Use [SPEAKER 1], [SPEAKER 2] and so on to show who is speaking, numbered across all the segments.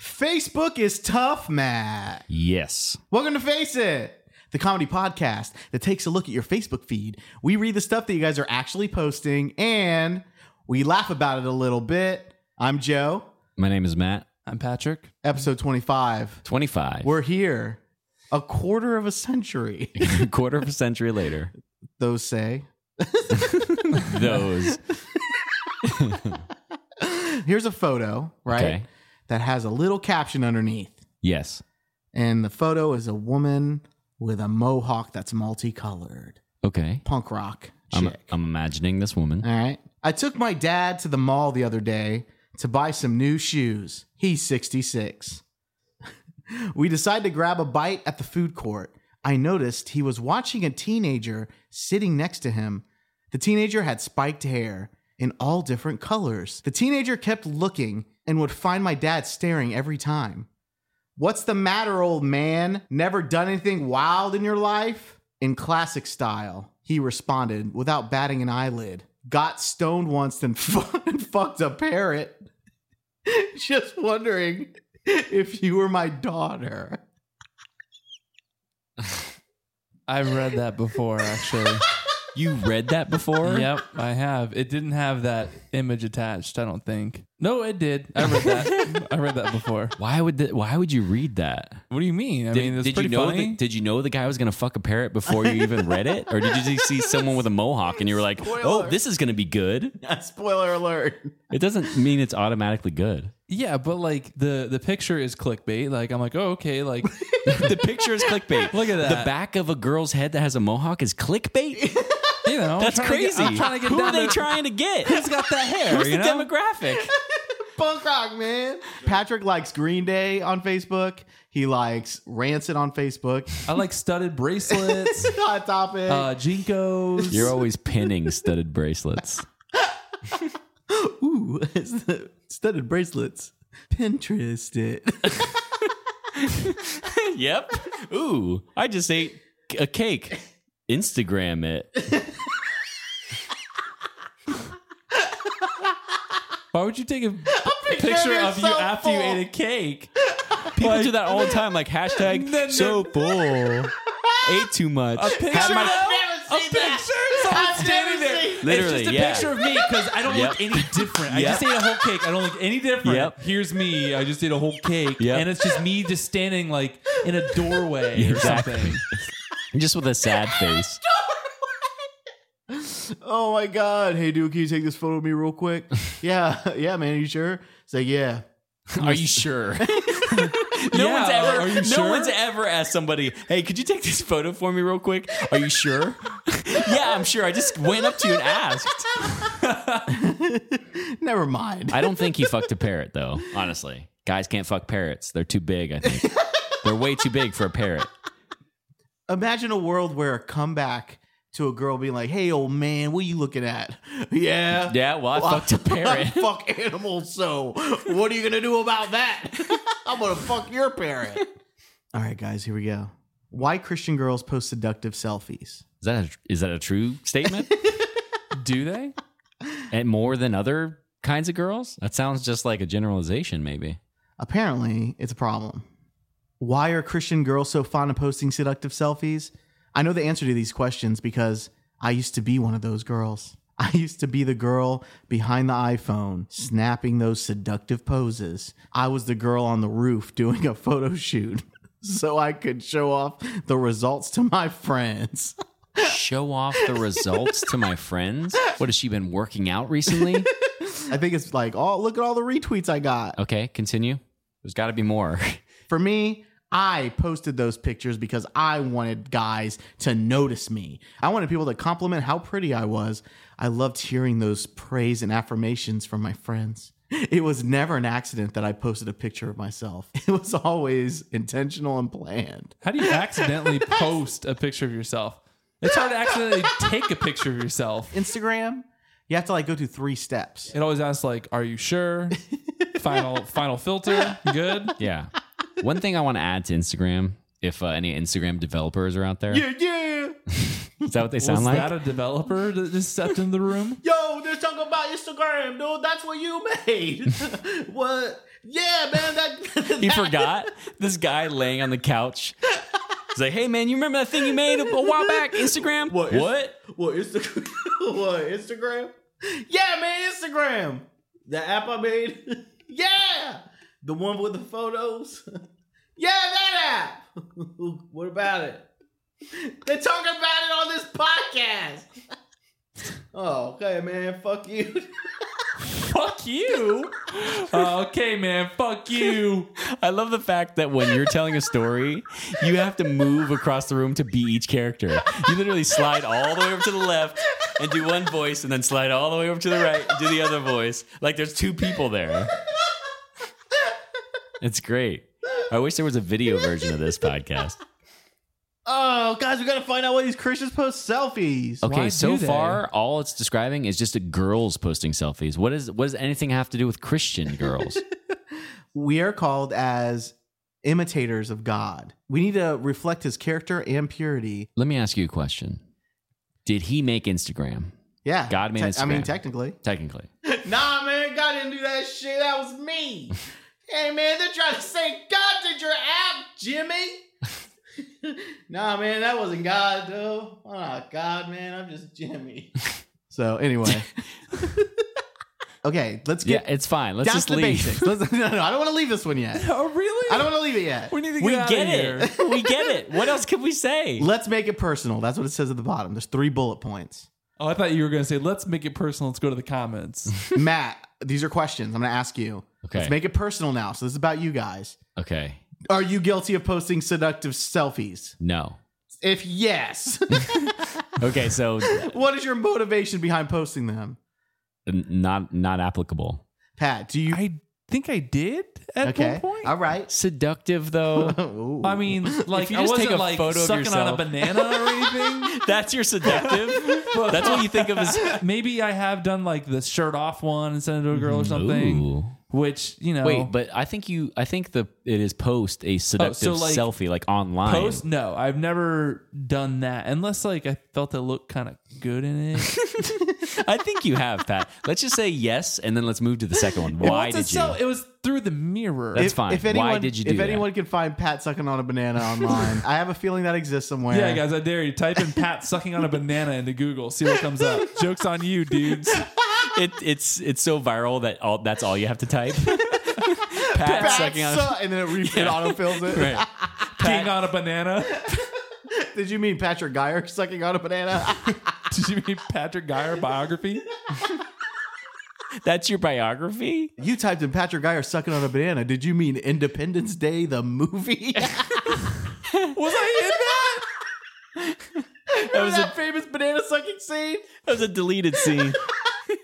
[SPEAKER 1] Facebook is tough, Matt.
[SPEAKER 2] Yes.
[SPEAKER 1] Welcome to Face It, the comedy podcast that takes a look at your Facebook feed. We read the stuff that you guys are actually posting and we laugh about it a little bit. I'm Joe,
[SPEAKER 2] My name is Matt.
[SPEAKER 3] I'm Patrick.
[SPEAKER 1] episode 25.
[SPEAKER 2] 25.
[SPEAKER 1] We're here a quarter of a century,
[SPEAKER 2] a quarter of a century later.
[SPEAKER 1] those say.
[SPEAKER 2] Those.
[SPEAKER 1] Here's a photo, right?
[SPEAKER 2] Okay.
[SPEAKER 1] That has a little caption underneath.
[SPEAKER 2] Yes.
[SPEAKER 1] And the photo is a woman with a mohawk that's multicolored.
[SPEAKER 2] Okay.
[SPEAKER 1] Punk rock chick.
[SPEAKER 2] I'm, I'm imagining this woman.
[SPEAKER 1] All right. I took my dad to the mall the other day to buy some new shoes. He's 66. we decided to grab a bite at the food court. I noticed he was watching a teenager sitting next to him. The teenager had spiked hair in all different colors. The teenager kept looking and would find my dad staring every time. What's the matter, old man? Never done anything wild in your life? In classic style, he responded without batting an eyelid. Got stoned once, then fu- fucked a parrot. Just wondering if you were my daughter.
[SPEAKER 3] I've read that before, actually.
[SPEAKER 2] You read that before?
[SPEAKER 3] yep, I have. It didn't have that image attached, I don't think. No, it did. I read that. I read that before.
[SPEAKER 2] Why would that, why would you read that?
[SPEAKER 3] What do you mean? I mean, it's
[SPEAKER 2] did you
[SPEAKER 3] pretty
[SPEAKER 2] know
[SPEAKER 3] funny.
[SPEAKER 2] The, did you know the guy was gonna fuck a parrot before you even read it, or did you just see someone with a mohawk and you were like, "Oh,
[SPEAKER 1] Spoiler.
[SPEAKER 2] this is gonna be good"?
[SPEAKER 1] Spoiler alert.
[SPEAKER 2] It doesn't mean it's automatically good.
[SPEAKER 3] yeah, but like the the picture is clickbait. Like I'm like, oh, okay. Like
[SPEAKER 2] the picture is clickbait.
[SPEAKER 3] Look at
[SPEAKER 2] The
[SPEAKER 3] that.
[SPEAKER 2] back of a girl's head that has a mohawk is clickbait.
[SPEAKER 3] you know, I'm
[SPEAKER 2] That's
[SPEAKER 3] trying to get-
[SPEAKER 2] crazy.
[SPEAKER 3] I'm trying to get
[SPEAKER 2] Who
[SPEAKER 3] down
[SPEAKER 2] are they
[SPEAKER 3] to-
[SPEAKER 2] trying to get? Who's got that hair? Who's
[SPEAKER 3] you
[SPEAKER 2] the
[SPEAKER 3] know?
[SPEAKER 2] demographic?
[SPEAKER 1] Punk rock, man. Patrick likes Green Day on Facebook. He likes Rancid on Facebook.
[SPEAKER 3] I like studded bracelets,
[SPEAKER 1] Hot topic.
[SPEAKER 3] uh, jinkos.
[SPEAKER 2] You're always pinning studded bracelets.
[SPEAKER 1] Ooh, it's the studded bracelets. Pinterest it.
[SPEAKER 2] yep. Ooh, I just ate a cake. Instagram it.
[SPEAKER 3] Why would you take a
[SPEAKER 1] picture
[SPEAKER 3] picture
[SPEAKER 1] of
[SPEAKER 3] of you
[SPEAKER 1] yourself
[SPEAKER 3] after you
[SPEAKER 1] full.
[SPEAKER 3] ate a cake?
[SPEAKER 2] People do that all the time, like hashtag so full. Ate too much.
[SPEAKER 3] A picture
[SPEAKER 2] Had my-
[SPEAKER 3] of-
[SPEAKER 1] never
[SPEAKER 3] a picture of someone standing there.
[SPEAKER 2] Literally,
[SPEAKER 3] it's just a
[SPEAKER 2] yeah.
[SPEAKER 3] picture of me because I don't
[SPEAKER 2] Yep.
[SPEAKER 3] look any different. I
[SPEAKER 2] Yep.
[SPEAKER 3] just ate a whole cake. I don't look any different.
[SPEAKER 2] Yep.
[SPEAKER 3] Here's me. I just ate a whole cake,
[SPEAKER 2] Yep.
[SPEAKER 3] and it's just me just standing like in a doorway or
[SPEAKER 2] Exactly.
[SPEAKER 3] something.
[SPEAKER 2] just with a sad face.
[SPEAKER 1] Oh my god. Hey dude, can you take this photo of me real quick? yeah, yeah, man, you sure? It's like, yeah.
[SPEAKER 2] Are you sure? no
[SPEAKER 3] Yeah,
[SPEAKER 2] one's ever.
[SPEAKER 3] are you
[SPEAKER 2] no
[SPEAKER 3] sure?
[SPEAKER 2] one's ever asked somebody, "Hey, could you take this photo for me real quick?" Are you sure? yeah, I'm sure. I just went up to you and asked.
[SPEAKER 1] Never mind.
[SPEAKER 2] I don't think he fucked a parrot though. Honestly, guys can't fuck parrots. They're too big. I think they're way too big for a parrot.
[SPEAKER 1] Imagine a world where a comeback to a girl being like, hey old man, what you looking at? Yeah.
[SPEAKER 2] Yeah, well, I fucked a
[SPEAKER 1] I
[SPEAKER 2] parrot.
[SPEAKER 1] fuck animals, so what are you gonna do about that? I'm gonna fuck your parrot. All right, guys, here we go. Why Christian girls post seductive selfies?
[SPEAKER 2] Is that a, is that a true statement?
[SPEAKER 3] Do they?
[SPEAKER 2] and more than other kinds of girls? That sounds just like a generalization, maybe.
[SPEAKER 1] Apparently, it's a problem. Why are Christian girls so fond of posting seductive selfies? I know the answer to these questions because I used to be one of those girls. I used to be the girl behind the iPhone snapping those seductive poses. I was the girl on the roof doing a photo shoot so I could show off the results to my friends.
[SPEAKER 2] Show off the results to my friends. What has she been working out recently?
[SPEAKER 1] I think it's like, oh, look at all the retweets I got.
[SPEAKER 2] Okay, continue. There's got to be more.
[SPEAKER 1] For me, I posted those pictures because I wanted guys to notice me. I wanted people to compliment how pretty I was. I loved hearing those praise and affirmations from my friends. It was never an accident that I posted a picture of myself. It was always intentional and planned.
[SPEAKER 3] How do you accidentally post a picture of yourself? It's hard to accidentally take a picture of yourself.
[SPEAKER 1] Instagram, you have to like go through three steps.
[SPEAKER 3] It always asks like, "Are you sure?" Final final filter. Good.
[SPEAKER 2] Yeah. One thing I want to add to Instagram, if uh, any Instagram developers are out there,
[SPEAKER 1] Yeah, yeah.
[SPEAKER 2] is that what they
[SPEAKER 3] Was
[SPEAKER 2] sound like?
[SPEAKER 3] that a developer that just stepped into the room?
[SPEAKER 1] Yo, they're talking about Instagram, dude. That's what you made. what? Yeah, man. That,
[SPEAKER 2] He forgot this guy laying on the couch. He's like, "Hey, man, you remember that thing you made a, a while back? Instagram?
[SPEAKER 1] What is-
[SPEAKER 2] What?
[SPEAKER 1] What Instagram? what Instagram? Yeah, man, Instagram. The app I made. yeah, the one with the photos. yeah, that app. what about it? They're talking about it on this podcast. oh, okay, man. Fuck you.
[SPEAKER 2] Fuck you." Uh,
[SPEAKER 3] Oh, okay, man. Fuck you.
[SPEAKER 2] I love the fact that when you're telling a story, you have to move across the room to be each character. You literally slide all the way over to the left and do one voice, and then slide all the way over to the right and do the other voice. Like there's two people there. It's great. I wish there was a video version of this podcast.
[SPEAKER 1] Oh, guys, we gotta find out why these Christians post selfies.
[SPEAKER 2] Okay,
[SPEAKER 3] Why
[SPEAKER 2] so
[SPEAKER 3] do they?
[SPEAKER 2] far all it's describing is just girls posting selfies. What is what does anything have to do with Christian girls?
[SPEAKER 1] We are called as imitators of God. We need to reflect His character and purity.
[SPEAKER 2] Let me ask you a question. Did he make Instagram?
[SPEAKER 1] Yeah,
[SPEAKER 2] God made
[SPEAKER 1] I mean,
[SPEAKER 2] Instagram.
[SPEAKER 1] technically.
[SPEAKER 2] Technically.
[SPEAKER 1] Nah, man, God didn't do that shit. That was me. hey, man, they're trying to say God did your app, Jimmy. nah, man, that wasn't God, though. Oh, God, man, I'm just Jimmy. so, anyway. okay, let's
[SPEAKER 2] Yeah,
[SPEAKER 1] get
[SPEAKER 2] it's fine. Let's
[SPEAKER 1] down
[SPEAKER 2] just
[SPEAKER 1] to the
[SPEAKER 2] leave.
[SPEAKER 1] basics. Let's- no, no, I don't want to leave this one yet.
[SPEAKER 3] Oh, really?
[SPEAKER 1] I don't want to leave it yet.
[SPEAKER 3] We need to get
[SPEAKER 2] We
[SPEAKER 3] out
[SPEAKER 2] get
[SPEAKER 3] of here.
[SPEAKER 2] it. We get it. What else could we say?
[SPEAKER 1] Let's make it personal. That's what it says at the bottom. There's three bullet points.
[SPEAKER 3] Oh, I thought you were going to say, let's make it personal. Let's go to the comments.
[SPEAKER 1] Matt, these are questions I'm going to ask you.
[SPEAKER 2] Okay.
[SPEAKER 1] Let's make it personal now. So, this is about you guys.
[SPEAKER 2] Okay.
[SPEAKER 1] Are you guilty of posting seductive selfies?
[SPEAKER 2] No.
[SPEAKER 1] If yes,
[SPEAKER 2] Okay, so n-
[SPEAKER 1] what is your motivation behind posting them?
[SPEAKER 2] not not applicable.
[SPEAKER 1] Pat, do you
[SPEAKER 3] I think I did at
[SPEAKER 1] Okay.
[SPEAKER 3] one point.
[SPEAKER 1] All right.
[SPEAKER 2] Seductive though.
[SPEAKER 1] Ooh.
[SPEAKER 3] I mean, like
[SPEAKER 2] you
[SPEAKER 3] I
[SPEAKER 2] just
[SPEAKER 3] wasn't
[SPEAKER 2] take a
[SPEAKER 3] like
[SPEAKER 2] photo of
[SPEAKER 3] sucking on a
[SPEAKER 2] yourself-
[SPEAKER 3] banana or anything.
[SPEAKER 2] That's your seductive.
[SPEAKER 3] But
[SPEAKER 2] That's what you think of as
[SPEAKER 3] maybe I have done like the shirt off one and sent it to a girl or something,
[SPEAKER 2] Ooh.
[SPEAKER 3] which you know.
[SPEAKER 2] Wait, but I think you. I think the it is post a seductive
[SPEAKER 3] Oh, like,
[SPEAKER 2] selfie like online.
[SPEAKER 3] post? No, I've never done that unless like I felt it looked kind of good in it.
[SPEAKER 2] I think you have Pat. Let's just say yes, and then let's move to the second one.
[SPEAKER 3] Well,
[SPEAKER 2] Why
[SPEAKER 3] it's a
[SPEAKER 2] did you?
[SPEAKER 3] self- It was through the mirror.
[SPEAKER 2] That's fine. Why did you do
[SPEAKER 1] If
[SPEAKER 2] that?
[SPEAKER 1] anyone can find Pat sucking on a banana online, I have a feeling that exists somewhere.
[SPEAKER 3] yeah, guys, I dare you. Type in Pat sucking on a banana into Google. See what comes up. Jokes on you, dudes.
[SPEAKER 2] it, it's it's so viral that all that's all you have to type. Pat,
[SPEAKER 1] Pat
[SPEAKER 2] sucking on.
[SPEAKER 1] su- and then it, re- it autofills it.
[SPEAKER 2] Right.
[SPEAKER 3] King on a banana.
[SPEAKER 1] Did you mean Patrick Geyer sucking on a banana?
[SPEAKER 3] Did you mean Patrick Geyer biography?
[SPEAKER 2] That's your biography.
[SPEAKER 1] you typed in Patrick Geyer sucking on a banana. Did you mean Independence Day, the movie?
[SPEAKER 3] Was I in that?
[SPEAKER 2] That was
[SPEAKER 1] that
[SPEAKER 2] a
[SPEAKER 1] famous banana sucking scene?
[SPEAKER 2] that was a deleted scene.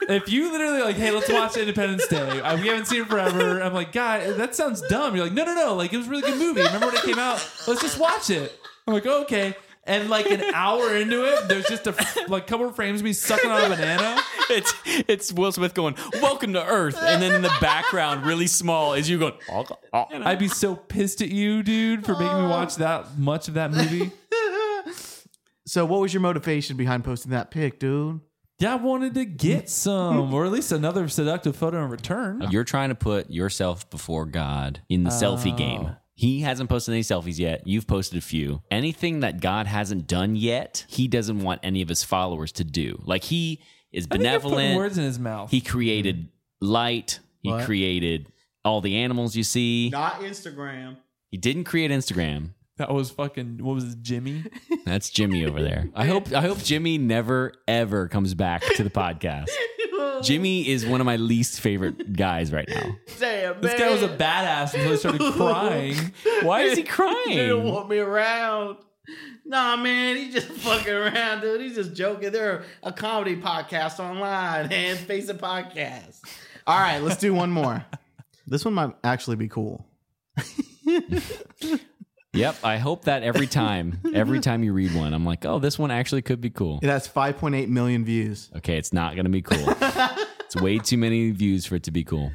[SPEAKER 3] If you literally like, hey, let's watch Independence Day. I, we haven't seen it forever. I'm like, God, that sounds dumb. You're like, no, no, no. Like it was a really good movie. Remember when it came out? Let's just watch it. I'm like, okay. And like an hour into it, there's just a like couple of frames of me sucking on a banana.
[SPEAKER 2] It's it's Will Smith going, "Welcome to Earth," and then in the background, really small, is you going. "Oh, oh."
[SPEAKER 3] I'd be so pissed at you, dude, for making me watch that much of that movie.
[SPEAKER 1] So, what was your motivation behind posting that pic, dude?
[SPEAKER 3] Yeah, I wanted to get some, or at least another seductive photo in return.
[SPEAKER 2] You're trying to put yourself before God in the selfie game. He hasn't posted any selfies yet. You've posted a few. Anything that God hasn't done yet, he doesn't want any of his followers to do. Like he is
[SPEAKER 3] I think you're putting
[SPEAKER 2] benevolent.
[SPEAKER 3] words in his mouth.
[SPEAKER 2] He created light. He
[SPEAKER 1] What?
[SPEAKER 2] created all the animals you see.
[SPEAKER 1] Not Instagram.
[SPEAKER 2] He didn't create Instagram.
[SPEAKER 3] that was fucking. What was it, Jimmy?
[SPEAKER 2] That's Jimmy over there. I hope I hope Jimmy never ever comes back to the podcast. Jimmy is one of my least favorite guys right now.
[SPEAKER 1] Damn,
[SPEAKER 3] This guy was a badass until he started crying.
[SPEAKER 2] Why is
[SPEAKER 1] He
[SPEAKER 2] he
[SPEAKER 1] didn't
[SPEAKER 2] crying?
[SPEAKER 1] want me around. Nah, man, he's just fucking around, dude. He's just joking. They're a comedy podcast online and face a podcast. All right, let's do one more. This one might actually be cool.
[SPEAKER 2] Yep, I hope that every time, every time you read one, I'm like, oh, this one actually could be cool.
[SPEAKER 1] It has 5.8 million views,
[SPEAKER 2] Okay, it's not gonna be cool. It's way too many views for it to be cool.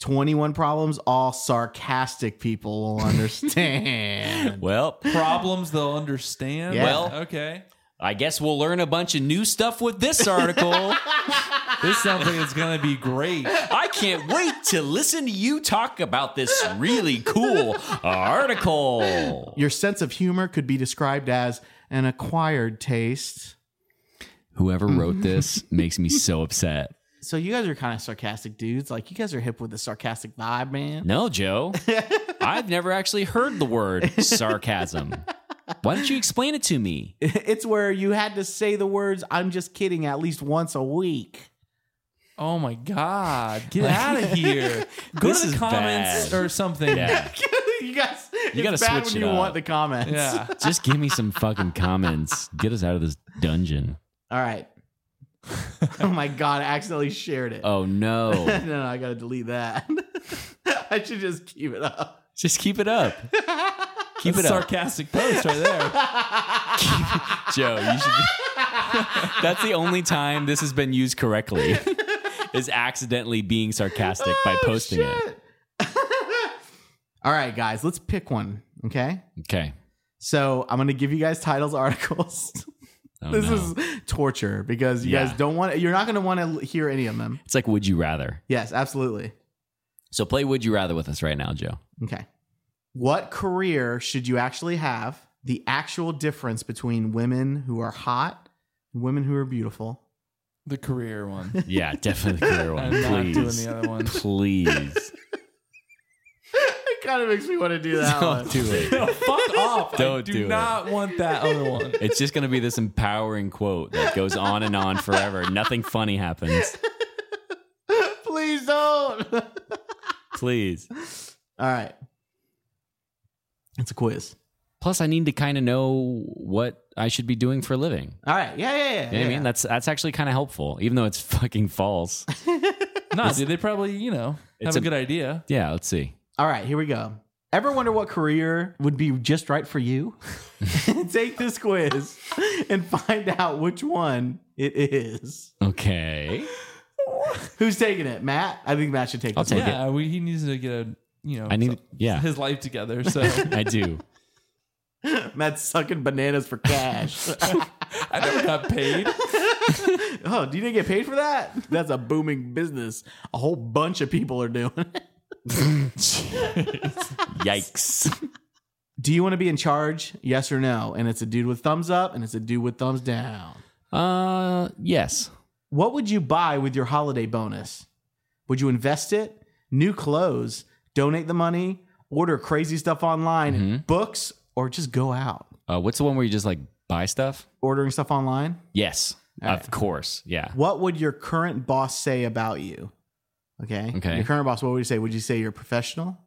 [SPEAKER 1] 21 problems. All sarcastic people will understand.
[SPEAKER 2] Well,
[SPEAKER 3] Problems they'll understand.
[SPEAKER 1] Yeah.
[SPEAKER 2] Well-
[SPEAKER 3] okay.
[SPEAKER 2] I guess we'll learn a bunch of new stuff with this article.
[SPEAKER 3] This sounds like it's gonna be great.
[SPEAKER 2] I can't wait to listen to you talk about this really cool article.
[SPEAKER 1] Your sense of humor could be described as an acquired taste.
[SPEAKER 2] Whoever wrote this makes me so upset.
[SPEAKER 1] So you guys are kind of sarcastic dudes. Like you guys are hip with the sarcastic vibe, man.
[SPEAKER 2] No, Joe. I've never actually heard the word sarcasm. Why don't you explain it to me?
[SPEAKER 1] It's where you had to say the words "I'm just kidding" at least once a week.
[SPEAKER 3] Oh my god! Get out of here. Go
[SPEAKER 2] This
[SPEAKER 3] to
[SPEAKER 2] is
[SPEAKER 3] the comments
[SPEAKER 2] bad.
[SPEAKER 3] or something.
[SPEAKER 2] Yeah.
[SPEAKER 1] you guys, you
[SPEAKER 2] gotta
[SPEAKER 1] it's bad
[SPEAKER 2] switch
[SPEAKER 1] when
[SPEAKER 2] it
[SPEAKER 1] you
[SPEAKER 2] up.
[SPEAKER 1] want the comments.
[SPEAKER 3] Yeah.
[SPEAKER 2] Just give me some fucking comments. Get us out of this dungeon.
[SPEAKER 1] All right. oh my god! I accidentally shared it.
[SPEAKER 2] Oh
[SPEAKER 1] no,
[SPEAKER 2] no.
[SPEAKER 1] no, I gotta delete that. I should just keep it up.
[SPEAKER 2] Just keep it up. Keep it
[SPEAKER 3] That's a
[SPEAKER 2] up.
[SPEAKER 3] sarcastic post right there.
[SPEAKER 2] Joe, you should That's the only time this has been used correctly. Is accidentally being sarcastic by posting it.
[SPEAKER 1] Oh, All right, guys, let's pick one. Okay.
[SPEAKER 2] Okay.
[SPEAKER 1] So I'm gonna give you guys titles articles.
[SPEAKER 2] Oh,
[SPEAKER 1] this
[SPEAKER 2] no.
[SPEAKER 1] is torture because you
[SPEAKER 2] Yeah.
[SPEAKER 1] guys don't want. You're not gonna want to hear any of them.
[SPEAKER 2] it's like would you rather.
[SPEAKER 1] Yes, absolutely.
[SPEAKER 2] So play would you rather with us right now, Joe.
[SPEAKER 1] Okay. What career should you actually have? The actual difference between women who are hot and women who are beautiful.
[SPEAKER 3] The career one.
[SPEAKER 2] Yeah, definitely the clear one.
[SPEAKER 3] I'm not doing
[SPEAKER 2] Please.
[SPEAKER 3] the other one.
[SPEAKER 2] Please.
[SPEAKER 1] It kind of makes me want to do that one.
[SPEAKER 2] Don't do it.
[SPEAKER 3] No, fuck off. I
[SPEAKER 2] Don't
[SPEAKER 3] do
[SPEAKER 2] do it.
[SPEAKER 3] not want that other one.
[SPEAKER 2] It's just going to be this empowering quote that goes on and on forever. Nothing funny happens.
[SPEAKER 1] Please don't. All
[SPEAKER 2] Please.
[SPEAKER 1] right. It's a quiz.
[SPEAKER 2] Plus, I need to kind of know what I should be doing for a living.
[SPEAKER 1] All right. Yeah, yeah, yeah.
[SPEAKER 2] You know
[SPEAKER 1] yeah.
[SPEAKER 2] what I mean? That's that's actually kind of helpful, even though it's fucking false.
[SPEAKER 3] Nah, dude, they probably, you know,
[SPEAKER 2] It's
[SPEAKER 3] have a,
[SPEAKER 2] a-
[SPEAKER 3] good idea.
[SPEAKER 2] Yeah, let's see.
[SPEAKER 1] All right, here we go. Ever wonder what career would be just right for you? Take this quiz and find out which one it is.
[SPEAKER 2] Okay.
[SPEAKER 1] Who's taking it? Matt? I think Matt should take
[SPEAKER 2] I'll
[SPEAKER 1] this.
[SPEAKER 2] take it.
[SPEAKER 3] yeah, we, he needs to get a, you know,
[SPEAKER 2] I need,
[SPEAKER 3] so-
[SPEAKER 2] yeah,
[SPEAKER 3] his life together. So
[SPEAKER 2] I do.
[SPEAKER 1] one. Matt's sucking bananas for cash.
[SPEAKER 3] I never got paid.
[SPEAKER 1] oh, do you didn't get paid for that? That's a booming business. A whole bunch of people are doing it.
[SPEAKER 2] Yikes.
[SPEAKER 1] Do you want to be in charge? Yes or no? And it's a dude with thumbs up and it's a dude with thumbs down.
[SPEAKER 2] Uh, yes.
[SPEAKER 1] What would you buy with your holiday bonus? Would you invest it? New clothes? Donate the money? Order crazy stuff online? Books? Or just go out?
[SPEAKER 2] Uh, what's the one where you just like buy stuff?
[SPEAKER 1] Ordering stuff online?
[SPEAKER 2] Yes.
[SPEAKER 1] All
[SPEAKER 2] of
[SPEAKER 1] right.
[SPEAKER 2] course. Yeah.
[SPEAKER 1] What would your current boss say about you? Okay.
[SPEAKER 2] Okay.
[SPEAKER 1] Your current boss, what would you say? Would you say you're professional,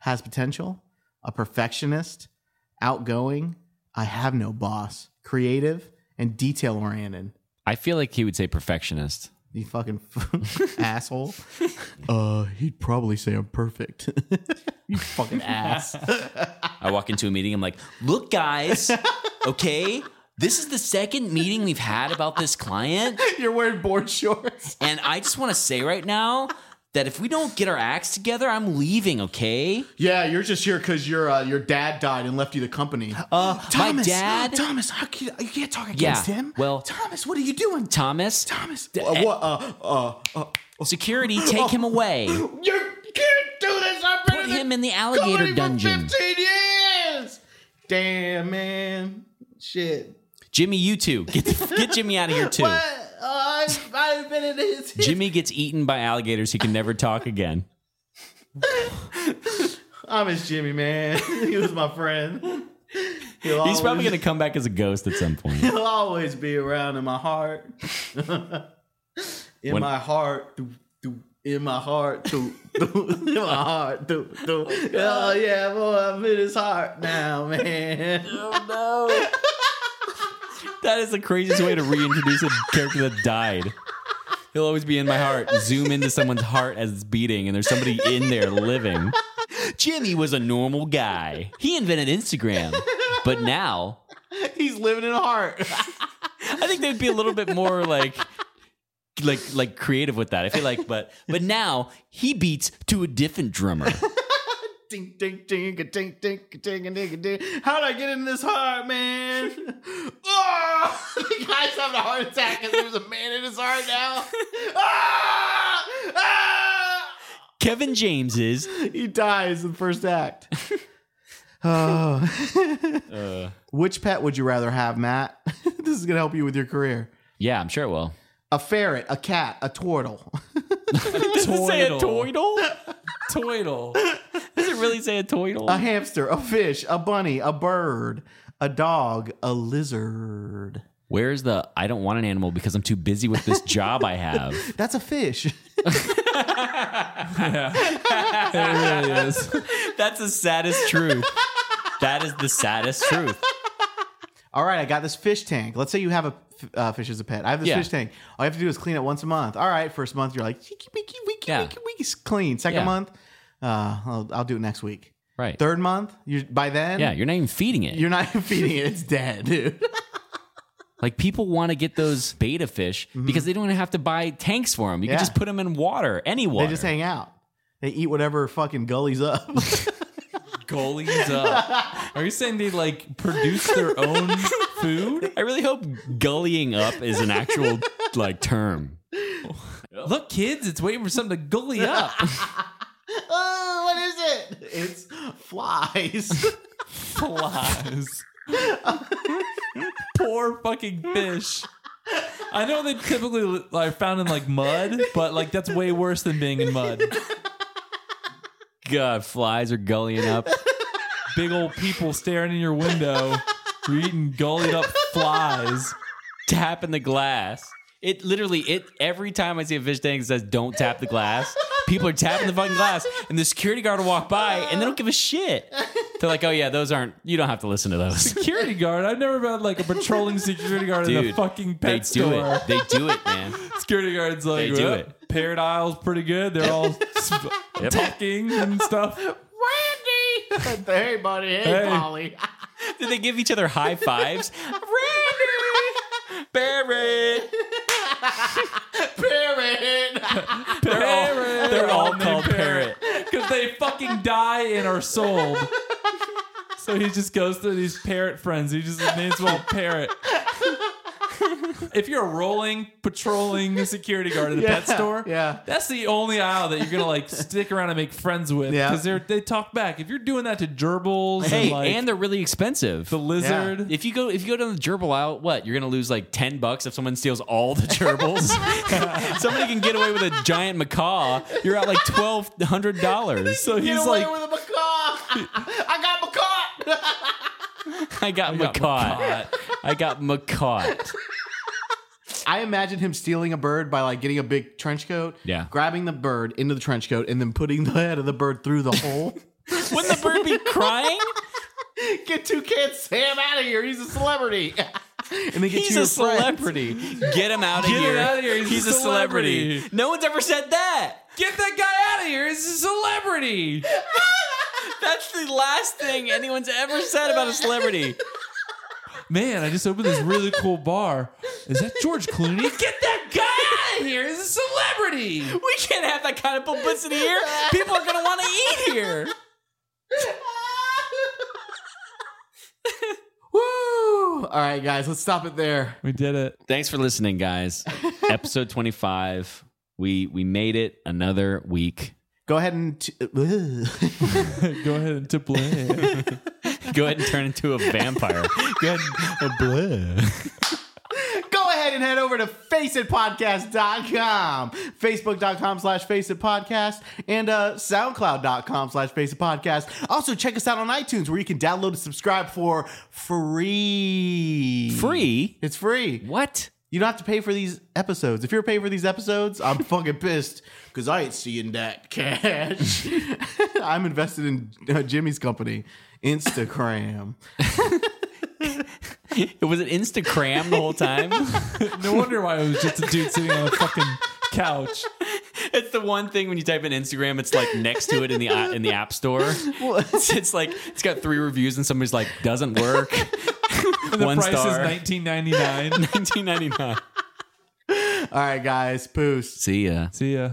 [SPEAKER 1] has potential, a perfectionist, outgoing, I have no boss, creative, and detail oriented?
[SPEAKER 2] I feel like he would say perfectionist.
[SPEAKER 1] You fucking asshole. Uh, he'd probably say I'm perfect. you fucking ass.
[SPEAKER 2] I walk into a meeting. I'm like, look, guys, okay, this is the second meeting we've had about this client.
[SPEAKER 1] You're wearing board shorts.
[SPEAKER 2] And I just want to say right now that if we don't get our acts together, I'm leaving, okay?
[SPEAKER 1] Yeah, you're just here because your uh, your dad died and left you the company.
[SPEAKER 2] Uh, my dad,
[SPEAKER 1] Thomas, how can, you can't talk
[SPEAKER 2] against Yeah, him. well- eh.
[SPEAKER 1] Thomas, what are you doing?
[SPEAKER 2] Thomas,
[SPEAKER 1] Thomas, what? Uh, uh, uh,
[SPEAKER 2] security, take him away.
[SPEAKER 1] you can't do this. I've been
[SPEAKER 2] Put
[SPEAKER 1] in the
[SPEAKER 2] him in the
[SPEAKER 1] company
[SPEAKER 2] alligator
[SPEAKER 1] for
[SPEAKER 2] dungeon.
[SPEAKER 1] 15 years. Damn, man. Shit.
[SPEAKER 2] Jimmy, you too. Get, the, get Jimmy out of here, too.
[SPEAKER 1] What? Uh, I've, I've been in his.
[SPEAKER 2] Jimmy gets eaten by alligators. He can never talk again.
[SPEAKER 1] I miss Jimmy, man. he was my friend. He'll
[SPEAKER 2] He's probably
[SPEAKER 1] always-
[SPEAKER 2] going to come back as a ghost at some point.
[SPEAKER 1] He'll always be around in my heart. in
[SPEAKER 2] When-
[SPEAKER 1] my heart. Through, through, in my heart. Through, through, in my heart. Through, through. Oh, yeah, boy, I'm in his heart now, man.
[SPEAKER 2] Oh no. that is the craziest way to reintroduce a character that died. He'll always be in my heart. Zoom into someone's heart as it's beating, and there's somebody in there living. Jimmy was a normal guy. He invented Instagram. But now,
[SPEAKER 1] He's living in a heart.
[SPEAKER 2] I think they'd be a little bit more like like like creative with that. I feel like but but now he beats to a different drummer.
[SPEAKER 1] Ding, ding, ding, a ding, ding, a ding, a ding, a ding. How'd I get in this heart, man? oh! The guy's having a heart attack because there's a man in his heart now. Ah! Ah!
[SPEAKER 2] Kevin James is.
[SPEAKER 1] He dies in the first act. oh.
[SPEAKER 2] Uh,
[SPEAKER 1] Which pet would you rather have, Matt? this is going to help you with your career.
[SPEAKER 2] yeah, I'm sure it will.
[SPEAKER 1] A ferret, a cat, a turtle.
[SPEAKER 2] Does it say a
[SPEAKER 3] Toidle.
[SPEAKER 2] toidle?
[SPEAKER 3] Toidle.
[SPEAKER 2] Does it really say a
[SPEAKER 1] a
[SPEAKER 2] toidle?
[SPEAKER 1] hamster, a fish, a bunny, a bird, a dog, a lizard.
[SPEAKER 2] Where's the I don't want an animal because I'm too busy with this job I have?
[SPEAKER 1] That's a fish.
[SPEAKER 3] Yeah. It really is.
[SPEAKER 2] That's the saddest truth. That is the saddest truth.
[SPEAKER 1] All right, I got this fish tank. Let's say you have a f- uh, fish as a pet. I have this
[SPEAKER 2] Yeah.
[SPEAKER 1] fish tank. All you have to do is clean it once a month. All right, first month you're like, "Weeky, weeky, weeky,
[SPEAKER 2] Yeah.
[SPEAKER 1] weeky, weeky," it's clean. Second
[SPEAKER 2] Yeah.
[SPEAKER 1] month, uh, I'll, I'll do it next week.
[SPEAKER 2] Right.
[SPEAKER 1] Third month, you by then,
[SPEAKER 2] Yeah, you're not even feeding it.
[SPEAKER 1] you're not feeding it. It's dead, dude.
[SPEAKER 2] Like people want to get those beta fish because they don't even have to buy tanks for them. You
[SPEAKER 1] Mm-hmm. Yeah.
[SPEAKER 2] can just put them in water, any water.
[SPEAKER 1] They just hang out. They eat whatever fucking gullies up.
[SPEAKER 3] Goalies up. Are you saying they like produce their own food?
[SPEAKER 2] I really hope gullying up is an actual like term.
[SPEAKER 3] Look, kids, it's waiting for something to gully up.
[SPEAKER 1] oh, what is it? It's flies.
[SPEAKER 3] Flies. Poor fucking fish. I know they typically are found in like mud, but like that's way worse than being in mud.
[SPEAKER 2] God, flies are gullying up.
[SPEAKER 3] Big old people staring in your window, you're eating gullied up flies.
[SPEAKER 2] tap in the glass. It literally it every time I see a fish tank that says don't tap the glass, people are tapping the fucking glass, and the security guard will walk by and they don't give a shit. They're like, oh yeah, those aren't. You don't have to listen to those.
[SPEAKER 3] Security guard. I've never met like a patrolling security guard in a
[SPEAKER 2] Dude,
[SPEAKER 3] fucking
[SPEAKER 2] They
[SPEAKER 3] pet store.
[SPEAKER 2] do it. They do it, man.
[SPEAKER 3] Security guards like
[SPEAKER 2] They do
[SPEAKER 3] "Well,
[SPEAKER 2] it.
[SPEAKER 3] Parrot aisle's pretty good. They're all sp-
[SPEAKER 2] Yep.
[SPEAKER 3] talking and stuff.
[SPEAKER 1] Randy! hey, buddy. Hey,
[SPEAKER 3] Hey.
[SPEAKER 1] Polly.
[SPEAKER 2] Did they give each other high fives? Randy, Barrett.
[SPEAKER 1] Parrot.
[SPEAKER 2] They're all, they're all called Parrot.
[SPEAKER 3] because they fucking die and are sold. So he just goes through these parrot friends. He just names them all parrot. If you're a rolling, patrolling security guard at a pet
[SPEAKER 1] Yeah,
[SPEAKER 3] store,
[SPEAKER 1] yeah.
[SPEAKER 3] that's the only aisle that you're gonna like stick around and make friends with
[SPEAKER 1] Yeah.
[SPEAKER 3] because they're they talk back. If you're doing that to gerbils,
[SPEAKER 2] Hey,
[SPEAKER 3] and, like,
[SPEAKER 2] and they're really expensive.
[SPEAKER 3] the lizard,
[SPEAKER 2] If you go if you go down the gerbil out, what you're gonna lose like ten bucks if someone steals all the gerbils. Somebody can get away with a giant macaw. You're out like twelve hundred dollars.
[SPEAKER 3] so
[SPEAKER 1] Get
[SPEAKER 3] he's
[SPEAKER 1] away
[SPEAKER 3] like,
[SPEAKER 1] with a macaw. I got macaw.
[SPEAKER 2] I got macaw. I got macaw.
[SPEAKER 1] I imagine him stealing a bird by like getting a big trench coat,
[SPEAKER 2] Yeah.
[SPEAKER 1] grabbing the bird into the trench coat, and then putting the head of the bird through the hole.
[SPEAKER 2] Wouldn't the bird be crying?
[SPEAKER 1] get two kids, Sam, out of here. He's a celebrity. and they get
[SPEAKER 2] He's
[SPEAKER 1] you
[SPEAKER 2] a
[SPEAKER 1] your friends.
[SPEAKER 2] celebrity. Get him out of
[SPEAKER 3] Get him
[SPEAKER 2] here.
[SPEAKER 3] outta here. He's a celebrity.
[SPEAKER 2] No one's ever said that.
[SPEAKER 3] get that guy out of here. He's a celebrity.
[SPEAKER 2] That's the last thing anyone's ever said about a celebrity.
[SPEAKER 3] Man, I just opened this really cool bar. Is that George Clooney? Get that guy out of here. He's a celebrity.
[SPEAKER 2] We can't have that kind of publicity here. People are gonna want to eat here.
[SPEAKER 1] Woo! All right, guys, let's stop it there.
[SPEAKER 3] We did it.
[SPEAKER 2] Thanks for listening, guys. Episode 25. We we made it another week.
[SPEAKER 1] Go ahead and t-
[SPEAKER 3] Go ahead and tip land.
[SPEAKER 2] Go ahead and turn into a vampire. Go ahead. and-
[SPEAKER 1] Go ahead and head over to faceitpodcast.com, facebook.com slash faceitpodcast, and uh, soundcloud.com slash faceitpodcast. Also, check us out on iTunes where you can download and subscribe for free.
[SPEAKER 2] Free?
[SPEAKER 1] It's free.
[SPEAKER 2] What?
[SPEAKER 1] You don't have to pay for these episodes. If you're paying for these episodes, I'm fucking pissed because I ain't seeing that cash. I'm invested in uh, Jimmy's company, Instagram.
[SPEAKER 2] Was it Instagram the whole time?
[SPEAKER 3] no wonder why it was just a dude sitting on a fucking couch.
[SPEAKER 2] it's the one thing when you type in Instagram, it's like next to it in the i- in the app store. It's, it's like it's got three reviews and somebody's like doesn't work.
[SPEAKER 3] And the
[SPEAKER 2] One
[SPEAKER 3] price
[SPEAKER 2] star.
[SPEAKER 3] is nineteen ninety nine.
[SPEAKER 2] 1999.
[SPEAKER 1] All right, guys. Peace.
[SPEAKER 2] See ya.
[SPEAKER 3] See ya.